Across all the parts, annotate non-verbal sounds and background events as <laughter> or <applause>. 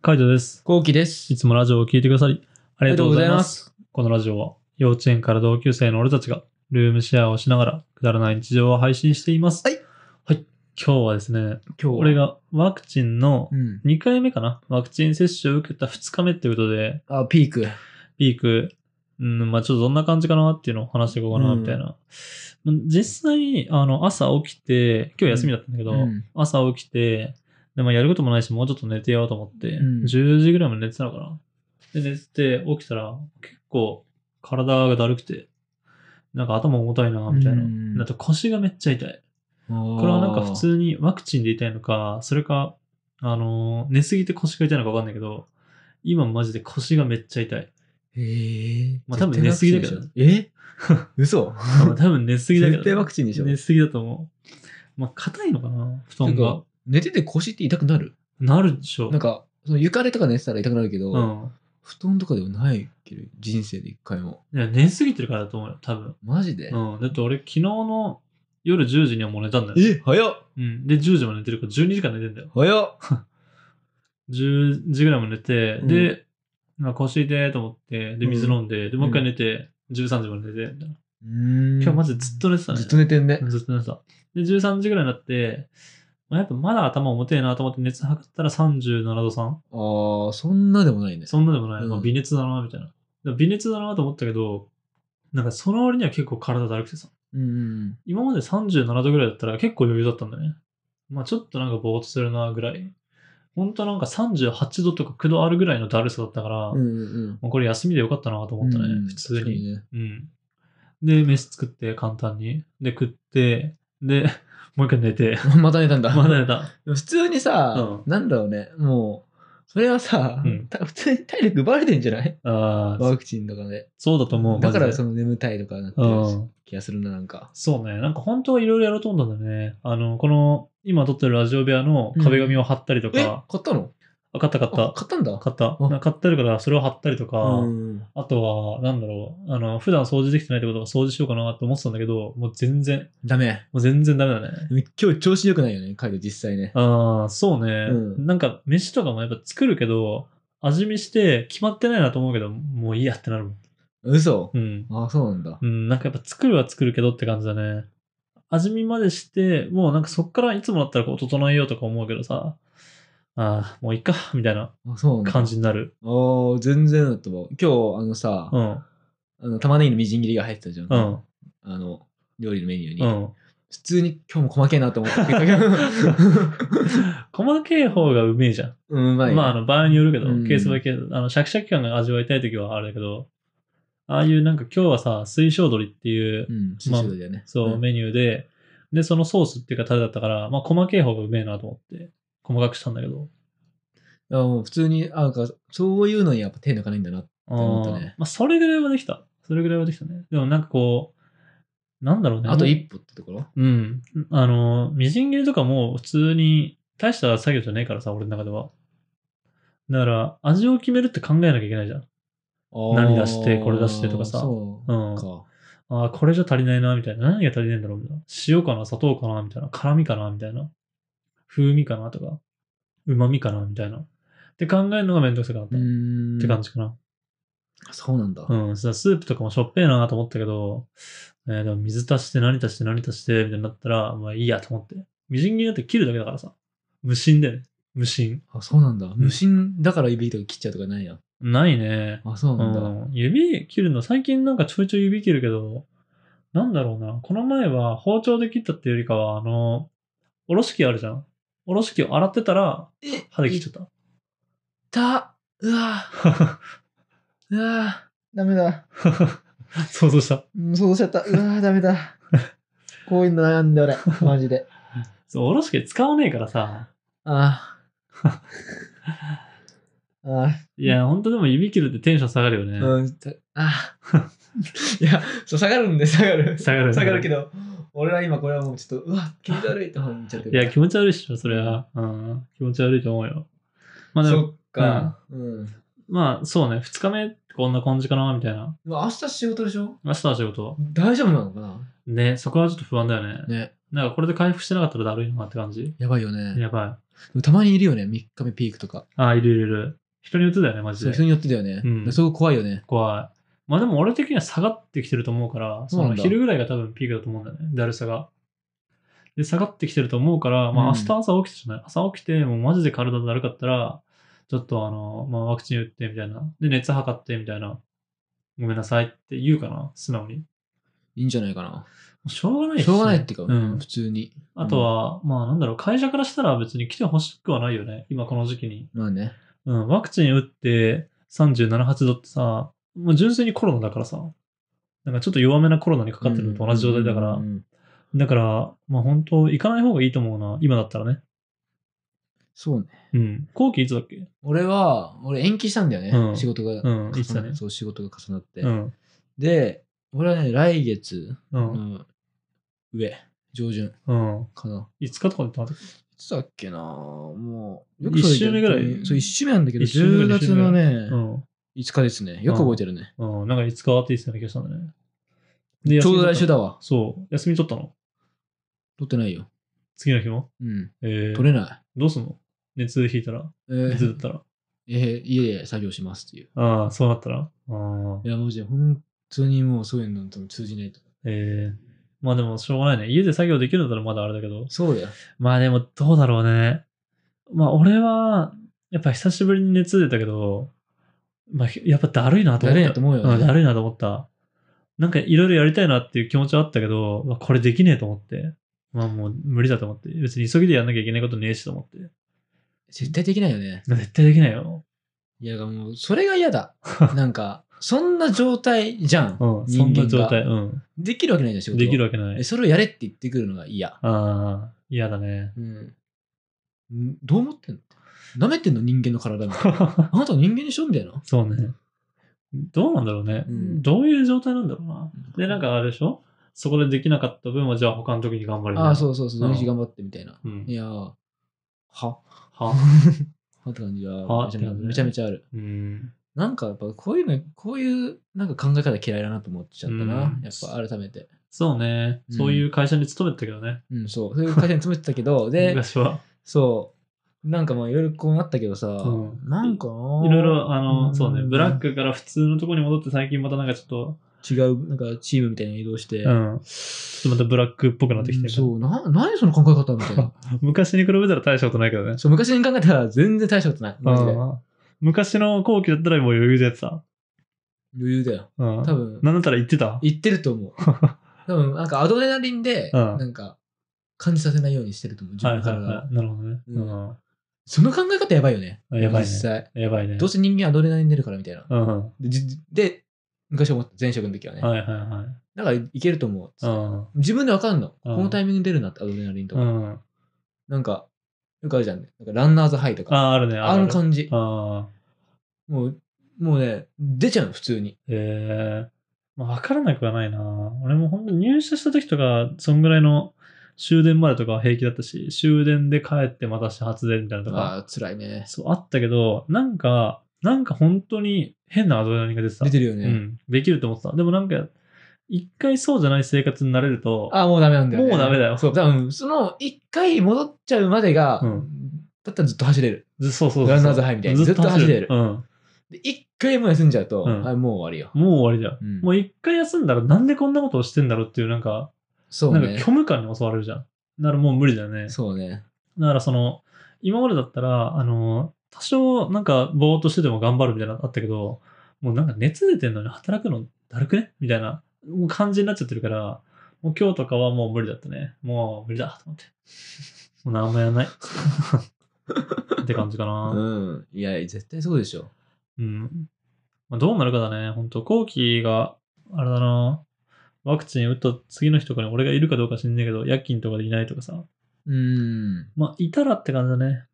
カイトです。こうきですい。つもラジオを聞いてくださり、ありがとうございます。す。このラジオは、幼稚園から同級生の俺たちが、ルームシェアをしながら、くだらない日常を配信しています。はい。はい。今日はですね、今日は俺。がワクチンのうん。 2回目かな、ワクチン接種を受けた2日目ってことで、あ、ピーク。ピーク、うん、まあちょっとどんな感じかなっていうのを話していこうかな、みたいな。実際、あの、朝起きて、今日休みだったんだけど、うん朝起きて、でまあやることもないし、もうちょっと寝てようと思って、うん10時ぐらいまで寝てたのかな。で、寝てて、起きたら、結構、体がだるくて、なんか頭重たいな、みたいな。うんあと腰がめっちゃ痛い。ここれはなんか普。通にワクチンで痛いのか、それか、あのー寝すぎて腰が痛いのかわかんないけど、今マジで腰がめっちゃ痛い。ええ。まあ多分寝すぎだけど絶対ワクチンでしょ。え <laughs> 嘘あ <laughs> まあ多分寝すぎだけど。絶対ワクチンでしょ寝すぎだと思う。まあ、硬いのかな布団てがか。寝てて腰って痛くなるなるでしょ。なんか、その床でとか寝てたら痛くなるけうど、ん。布団とかではないけど、人生で一回も。いや、寝すぎてるからだと思うよ、多分。マジでうん。だって俺、昨日の夜10時にはもう寝たんだよ。え、早っうん。で、10時まで寝てるから12時間寝てんだよ。早っ10時ぐらいまで寝て、うんで、まあ、腰痛いと思って、で、水うん飲んで、で、もう一回寝て、13時まで寝て、みたいな。今今日マジでずっと寝てたね。ずっと寝てんね。ずっと寝てた。で、13時ぐらいになって、まあ、やっぱまだ頭重てえなと思って熱測ったら37度3。ああ、そんなでもないね。そんなでもない。うんまあ微熱だな、みたいな。で微熱だなと思ったけど、なんかその割には結構体だるくてさ。うん。今まで37度ぐらいだったら結構余裕だったんだね。まあちょっとなんかぼーっとするな、ぐらい。ほんとなんか38度とか9度あるぐらいのだるさだったから、うんうんもうこれ休みでよかったなとう思ん。ったね、うん普通確かに。ね。うん。で、飯作って簡単に。で、食って、で、 <laughs> もう一回寝て。 <laughs> <laughs> また寝たんだ。まだ寝た。でも普通にさ、うなんだろうね、もう、それはさ、うんた普通に体力奪われてんじ <laughs> ゃないああ、ワクチンとかで。そうだと思う。だからマジそでの眠たいとかなってうるん。気がするな、なんか。そうね。なんか本当はいろいろやろうと思ったんだよね。あの、この、今撮ってるラジオ部屋の壁紙を貼ったりとえか、買ったのあ買った買っあた。買ったんだ。買った。あな買ってるから、それを貼ったりとか、うんあとは、なんだろう、あの、普段掃除できてないってことは掃除しようかなって思ってたんだけど、もう全然、ダメ。もう全然ダメだね。今日調子良くないよね、カイト実際ね。ああ、そうね、うんなんか、飯とかもやっぱ作るけど、味見して決まってないなと思うけど、もういいやってなるもん。嘘うん。あ、そうなんだう。ん、なんかやっぱ作るは作るけどって感じだね。味見までして、もうなんかそっからいつもだったらこう整えようとか思うけどさ、ああ、もういいか、みたいなあ、そうなんだ。感じになる。あー全然だと思う。今日、あのさ、うん、あの玉ねぎのみじん切りが入ってたじゃん。うん、あの、料理のメニューに。うん。普通に今日も細けえなと <laughs> 思ったけど。細けい方がうめえじゃん。 <laughs> うん、うまいね。まあ、あの、場合によるけど、うんケースバイケース、あの、シャキシャキ感が味わいたい時はあれだけど、ああいうなんか今日はさ、水晶鶏っていう、うん、まあシーフードだよね。そう、んメニューで、で、そのソースっていうかタレだったから、まあ、細けい方がうめえなと思って、細かくしたんだけど、あもう普通に、あなんか、そういうのにやっぱ手抜かないんだな。思ったねあーまあ、それぐらいはできた。それぐらいはできたね。でもなんかこう、なんだろうね。あと一一歩ってところうん。あの、みじん切りとかも普通に大した作業じゃねえからさ、俺の中では。だから、味を決めるって考えなきゃいけないじゃん。何出してこれ出してとかさ。そううんか。ああ、これじゃ足りないな、みたいな。何が足りないんだろう、みたいな。塩かな、砂糖かな、みたいな。辛味かな、みたいな。風味かな、とか。旨味かな、みたいな。って考えるのがめんどくさくなった。うっん。て感じかな。そうなんだ。うん、さスープとかもしょっぺえなと思ったけど、えーでも水足して何足して何足してみたいになったら、まあいいやと思って。みじん切りだって切るだけだからさ。無心だよね。無心。あ、そうなんだ。無心だから指とか切っちゃうとかないや。ないね。あ、そううなんだ。ん。指切るの、最近なんかちょいちょい指切るけど、なんだろうな。この前は包丁で切ったっていうよりかは、あの、おろし器あるじゃん。おろし器を洗ってたら、え歯で切っちゃっ痛うわた。うわダメだ。 <laughs> 想像した。うん想像しちゃった。うわダメだ。こういうの悩んで俺、マジで。そう、おろし器使わねえからさ。 <laughs> あ <laughs> あ。ああ、いや、ほんとでも指切るってテンション下がるよね。うん、たあ <laughs> あいや、そう、下がるんで、下がる。下がる下がるけど、俺は今これはもうちょっと、うわ、気持ち悪いと思っちゃっている。や、気持ち悪いっしょ、それは。うん、気持ち悪いと思うよ。まあでそも、っか。うん。でまあそうね、2日目こんな感じかな、みたいな。も明日仕事でしょ明日の仕事。大丈夫なのかなね、そこはちょっと不安だよね。ね。なんかこれで回復してなかったらだるいなって感じ。やばいよね。やばでもたまにいるよね、3日目ピークとか。あ、いるいるいる。人によってだよね、マジそうで人。によってだよね。うんだからそこ怖いよね。怖い。まあでも俺的には下がってきてると思うから、そそうなんのだ昼ぐらいが多分ピークだと思うんだよね、だるさが。で、下がってきてると思うから、まあうん明日朝起きてじゃない、朝起きて、もうマジで体だるかったら、ちょっとあの、まあワクチン打ってみたいな。で、熱測ってみたいな。ごめんなさいって言うかな、素直に。もいいんじゃないかな。うしょうがないしょうがないっていうか、うん普。通に。あとは、まあなんだろう、会社からしたら別に来てほしくはないよね、今この時期に。まあね。うん、ワクチン打って37、8度ってさ、もう純粋にコロナだからさ、なんかちょっと弱めなコロナにかかってるのと同じ状態だから、うんうんうんだから、まあ本当、行かない方がいいと思うな、今だったらね。そうね。うん。後期いつだっけ俺は、俺延期したんだよね。うん仕事が、うん、重いつだなね。そう、仕事が重なって。うん。で、俺はね、来月うの、ん。上、上旬うん。かな。 5日とかで止まったいつだっけなもう、一週目ぐらいそう、1週目なんだけど、一週目ぐ10らい月のね、うん。 5日ですね。よく覚えてるね。うん。なんか5日って言ってたような気がしたんだね。でちょうど来休み取週。っだわた。そう。休み取ったの撮ってないよ。次の日もうん。え撮ー、れなどうすんの熱ひいたらい。えー熱だったら。えー家で作業しますっていう。ああ、そうなったらああ。いや、マジで、本当にもうそういうのと通じないと。ええまあでもしょうがないね。家で作業できるんだったらまだあれだけど。そうだよ。まあでもどうだろうね。まあ俺は、やっぱ久しぶりに熱出たけど、まあひやっぱだるいなと思った。だるいなと思うよねんだるいなと思った。なんかいろいろやりたいなっていう気持ちはあったけど、まあ、これできねえと思って。まあもう無理だと思って。別に急ぎでやんなきゃいけないことねえしと思って。絶対できないよね。まあ絶対できないよ。いや、もう、それが嫌 <laughs> だ。なんか、そんな状態じゃん。うん。そん人な間が状態。うん。できるわけないじゃん、仕事。できるわけないえ。それをやれって言ってくるのが嫌。ああ、嫌だ <laughs> ね。うん。んどう思ってんの舐めてんの人間の体 <laughs> みたいな。あなたは人間でしょみたいな。そうね。どうなんだろうね。うんどういう状態なんだろうな。で、なんかあれでしょそこでできなかった分は、じゃあ他の時に頑張る。ああ、そううそうそう、う土ん日頑張ってみたいな。うんい。やー、はは、はって感じがはめちゃって感じねめちゃめちゃある。うん。なんかやっぱこういうの、こういうなんか考え方嫌いだなと思っちゃったなう。んやっぱ改めて。そうね。うんそういう会社に勤めてたけどね。うん、そう。そういう会社に詰めてたけ <laughs> ど、で、昔は。そう。なんかまあいろいろこうなったけどさ、うんなんかないろいろ、あの、うんそうね。ブラックから普通のところに戻って、最近またなんかちょっと、違う、なんかチームみたいなの移動して。うん。ちょっとまたブラックっぽくなってきてうんるから、そう、な、何その考え方みたいな。昔に比べたら大したことないけどね。そう、昔に考えたら全然大したことない。マジで。うん昔の後期だったらもう余裕でやってた。余裕だよ。うん。多分、なんだったら言ってた。言ってると思 <laughs> う。多分、なんかアドレナリンで、うんなんか、感じさせないようにしてると思う。自はいは分からいが。はい。なるほどね。ううんん。その考え方やばいよね。やばいね実際。やばいね。どうせ人間アドレナリン出るからみたいな。うん。で、じで昔思った。前職の時はね。はいはいはい。だから、いけると思う。うん。自分でわかんの。うんこのタイミング出るなって、アドレナリンとうか。ん。なんか、よくあるじゃんね。なんかランナーズハイとか。あ、あるね。あるのる感じ。ああ。もう、もうね、出ちゃうの、普通に。ええまあ、わからなくはないな。俺も本当に入社した時とか、そんぐらいの終電までとかは平気だったし、終電で帰ってまた始発でみたいなのとか、ああ、辛いね。そうあったけど、なんか、なんか本当に変なアドレナリンが出てた。出てるようね。ん。できると思ってた。でもなんか、一回そうじゃない生活になれると、ああ、もうダメなんだよ、ね。もうダメだよそう、多分、その、一回戻っちゃうまでが、うんだったらずっと走れる。ずそうそうそう。ランナーズハイみたいにずっと走れずるっ。とうん。で、一回も休んじゃうと、うんあもう終わりよ。もう終わりだよ。うんもう一回休んだらなんでこんなことをしてんだろうっていう、なんか、そうなんかね。虚無感に襲われるじゃん。ならもう無理だよね。そうね。だからその、今までだったら、あの、多少なんかぼーっとしてても頑張るみたいなのあったけど、もうなんか熱出てんのに働くのだるくねみたいなもう感じになっちゃってるから、もう今日とかはもう無理だったね。もう無理だと思って。もう何もやらない。って感じかうな。ん。いや、絶対そうでしょ。うん。まあ、どうなるかだね。本当後期が、あれだな。ワクチン打った次の日とかに俺がいるかどうか知んねえけど、夜勤とかでいないとかさ。うん。まあ、いたらって感じだね。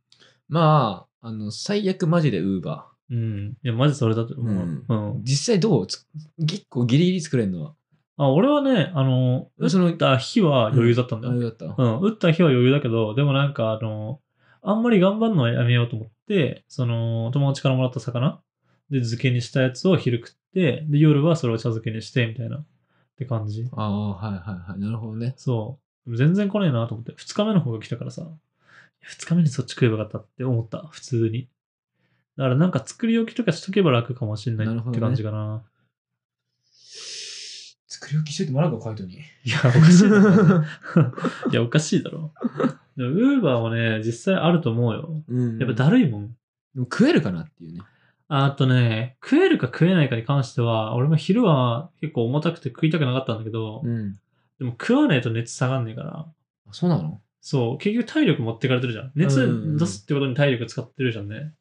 まあ、あの、最悪マジで Uber。うん。いや、マジそれだと思う。うん。実際どうつ結構ギリギリ作れるのは。あ俺はね、あの、打そのった日は余裕だったんだあよ。れだった。うん、打った日は余裕だけど、でもなんか、あの、あんまり頑張るのはやめようと思って、その、友達からもらった魚で漬けにしたやつを昼食って、で、夜はそれを茶漬けにして、みたいな、って感じ。ああ、はいはいはい。なるほどね。そう。でも全然来ねえなと思って、2日目の方が来たからさ、二日目にそっち食えばよかったって思った、普通に。だからなんか作り置きとかしとけば楽かもしれないなるほっどてね感じかな。作り置きしといてもらうか、カイトに。いや、おかしいだ <laughs> ろ。いや、おかしいだろ。でも、ウーバーもね、実際あると思うよ。うんやっぱだるいもん。でも食えるかなっていうね。あとね、食えるか食えないかに関しては、俺も昼は結構重たくて食いたくなかったんだけど、ん。でも食わないと熱下がんねえから、あそうなのそう、結局体力持ってかれてるじゃん。うん熱出すってことに体力使ってるじゃんね。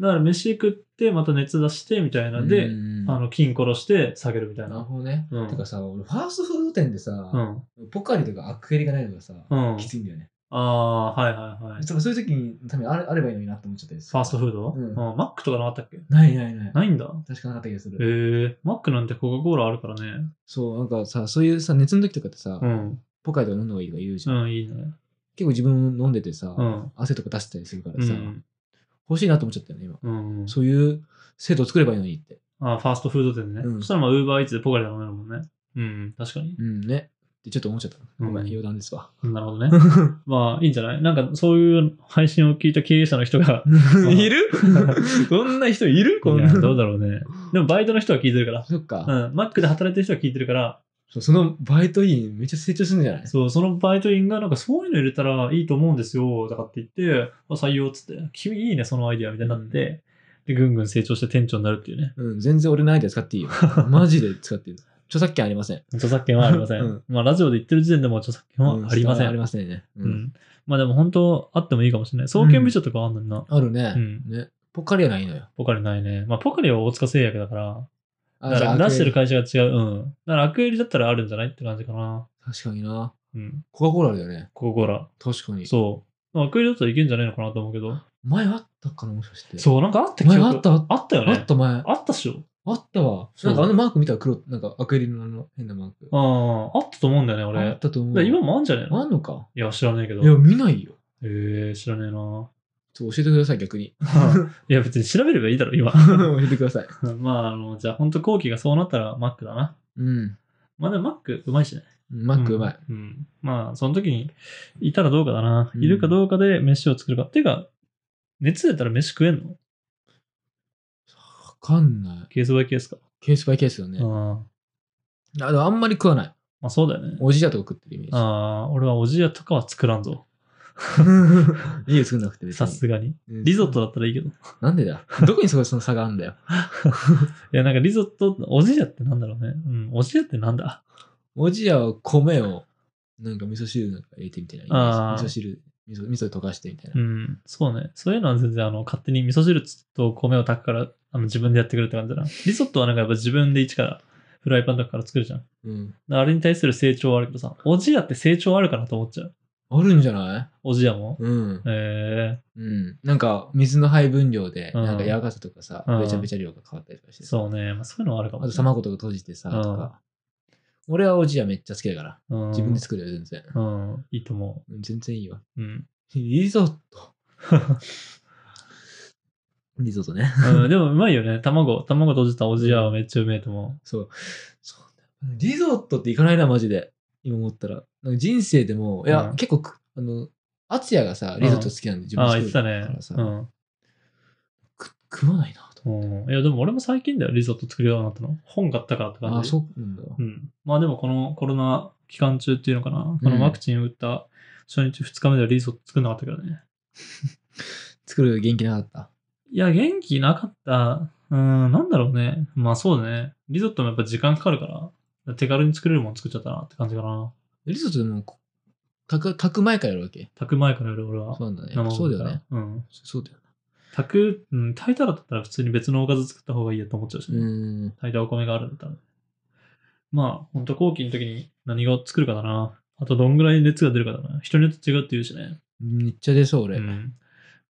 だから飯食って、また熱出して、みたいなんで、うんあの、菌殺して下げるみたいなるな。ほどね。うんてかさ、俺、ファーストフード店でうさ、ん。ポカリとかアクエリがないのがさ、うんきついんだよね。ああー、はいはいはい。だからそういう時に、多分あれあればいいのになって思っちゃったりすファーストフード、うんマックとかなかったっけないないない。ないんだ。確かなかった気がすへえる。マックなんてコカ・コーラあるからね。そう、なんかさ、そういうさ、熱の時とかってさう、ん。ポカリとか飲んだ方がいいとか言うじゃん。うん、いいね。結構自分飲んでてさう、ん。汗とか出してたりするかうらさ、ん。欲しいなと思っちゃったよね、今。うん、そういう制度を作ればいいのにって。あーファーストフード店ね。うんそしたらまあ、ウーバーイーツでポカリ頼めるもんね。うん、確かに。うんね。ってちょっと思っちゃった。うんごめん、余談ですわ。なるほど <laughs> ね。まあ、いいんじゃないなんか、そういう配信を聞いた経営者の人が、 <laughs> いるそんな人いる <laughs> いやどうだろうね。でも、バイトの人は聞いてるから。そっか、うん、マックで働いてる人は聞いてるから、そうそのバイト員めっちゃ成長するんじゃないそう、そのバイト員が、なんか、そういうの入れたらいいと思うんですよ、とかって言って、あ採用っつって、君いいね、そのアイディア、みたいになって、で、ぐんぐん成長して店長になるっていうね。うん、全然俺のアイデア使ってい <laughs> いよ。マジで使っていいよ。著作権ありません。著作権はありません。うんまあ、ラジオで言ってる時点でも著作権うはありません。ありませんね。う。うんん。まあ、でも、本当あってもいいかもしれない。創建部長とかあんのにな。あるね、うんね。ポカリはないのよ。ポカリないね。まあ、ポカリは大塚製薬だから、あだじゃかあら出してるアク会社が違う。うん。だからアクエリだったらあるんじゃないって感じかな。エリ確かにな。うん。コカ・コーラだよね。コカ・コーラ。確かに。そう。まあアクエリだったらいけんじゃないのかなと思うけど。前あったかな、もしかして。そう、なんかあった記前憶あった、あっあったよた、ね。あった前。あったっしょ。あったわ。そうなんかあのマーク見たら黒、なんかアクエリのあの変なマーク。ああ、あったと思うんだよね、俺。あったと思だかう。ら今もあんじゃねえあのんのか。いや、知らねえけど。いや、見ないよ。えー、知らねえな。 <laughs> ちょっと教えてください、逆に。いや、別に調べればいいだろ、今。教えてください。まあ、あの、じゃあ、ほんと後期がそうなったらマックだな。うん。まあでもマックうまいしね。マックうまい。うん。うんまあ、その時にいたらどうかだな。うんいるかどうかで飯を作るか。っていうか、熱出たら飯食えんのわかんない。ケースバイケースか。ケースバイケースだねあ。ああのあんまり食わない。まあそうだよね。おじやとか食ってるイメーああ、俺はおじやとかは作らんぞ。ジ。家作んなくて別さにすがに。うんリゾットだったらいいけど。いなんでだどこにそこその差があるんだよ。や、なんかリゾット、おじやってなんだろうね。うん、おじやってなんだおじやは米を、なんか味噌汁なんか入れてみたいなイメージあー味噌汁、味噌味噌で溶かしてみたいなう。ん、そうね。そういうのは全然、あの、勝手に味噌汁と米を炊くから、あの、自分でやってくれって感じだな。リゾットはなんかやっぱ自分で一から、フライパンとかから作るじゃん。うん。あれに対する成長はあるけどさ、おじやって成長あるかなと思っちゃう。あるんじゃないおじやも。うん。えうん。なんか、水の配分量で、うんなんか柔らかさとかさ、うんべちゃべちゃ量が変わったりとかしー、てさ。そうね。まあ、そういうのはあるかもあと、卵とか閉じてさ、うんとか。俺はおじやめっちゃ好きだから。うん、自分で作るよ、全然。うん、いいと思うん全然いいわ。う。うん。リゾッ <laughs> ト。リゾットね。うん、でもうまいよね。卵、卵閉じたおじやはめっちゃうめえと思そう。そうだよリゾットって行かないな、マジで。今思ったら。なんか人生でも、いや、うん結構く、あの、敦也がさ、リゾット好きなんで、自う。ああ、分言っでてた作るねからさ、。うんく食わないなと。うん。いや、でも俺も最近だよ、リゾット作るようになったの。本買ったからって感じ。ああ、そうなんだ。うん。まあでもこのコロナ期間中っていうのかな。こうんのワクチン打った初日、2日目ではリゾット作んなかったけどね。作る元気なかった。いや、元気なかった。うん、なんだろうね。まあそうだね。リゾットもやっぱ時間かかるから、手軽に作れるもの作っちゃったなって感じかな。リゾットでも、こ炊く、炊く前からやるわけ。炊く前からやる俺は。そうなんだね。生やっものぱそうだかよらね。。うん。そうだよね。炊く、うん、炊いたらだったら普通に別のおかず作った方がいいやと思っちゃうし、ねうん。炊いたお米があるんだったら。まあ、ほんと後期の時に何を作るかだな。あとどんぐらい熱が出るかだな。人によって違うって言うしね。めっちゃ出そう、俺。 <laughs> うん。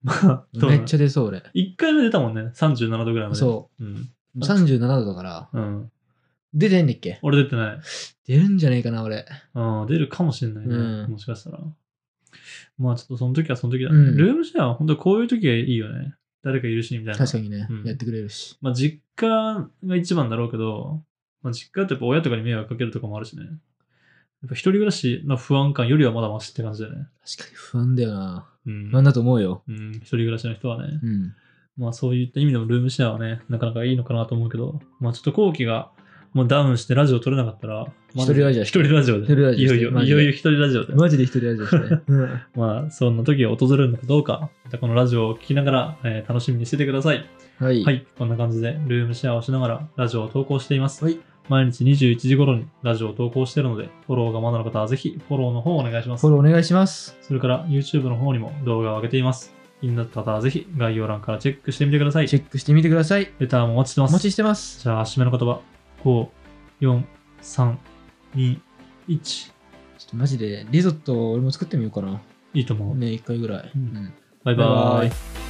まあ、そうだめねっちゃ出そう、俺。一回目出たもんね。37度ぐらいまで。。そううん。う。37度だから、うん。出てんねっけ俺出てない。出るんじゃねえかな、俺。うん、出るかもしれないね。うんもしかしたら。まあちょっとその時はその時だね。うんルームシェアは本当こういう時がいいよね。誰かいるし、みたいな。確かにねうん、やってくれるし。まあ実家が一番だろうけど、まあ、実家ってやっぱ親とかに迷惑かけるとかもあるしね。やっぱ一人暮らしの不安感よりはまだマシって感じだよね。確かに不安だよな。うん。なんだと思うよ。うん、一人暮らしの人はねう。ん。まあそういった意味でもルームシェアはね、なかなかいいのかなと思うけど、まあちょっと後期がもうダウンしてラジオ撮れなかったら、まあ一人ラジオ一人ラジオで。一人ラジオいよいよ、マいジでよいよ一人ラジオで。マジで一人味で <laughs> すね。うん。まあそんな時が訪れるのかどうか、またこのラジオを聞きながら、えー楽しみにしててください。はい。はい、こんな感じでルームシェアをしながらラジオを投稿しています。はい毎日21時頃にラジオを投稿しているので、フォローがまだの方はぜひフォローの方をお願いしますフォ。ローお願いします。それから YouTube の方にも動画を上げています。気になった方はぜひ概要欄からチェックしてみてください。チェックしてみてください。レターもお待ちしておます。待ちしてます。じゃあ、締めの言葉。5、4、3、2、1。ちょっとマジで、リゾット俺も作ってみようかな。いいと思う。ね、一回ぐらい。うんうんバイババイバイイ。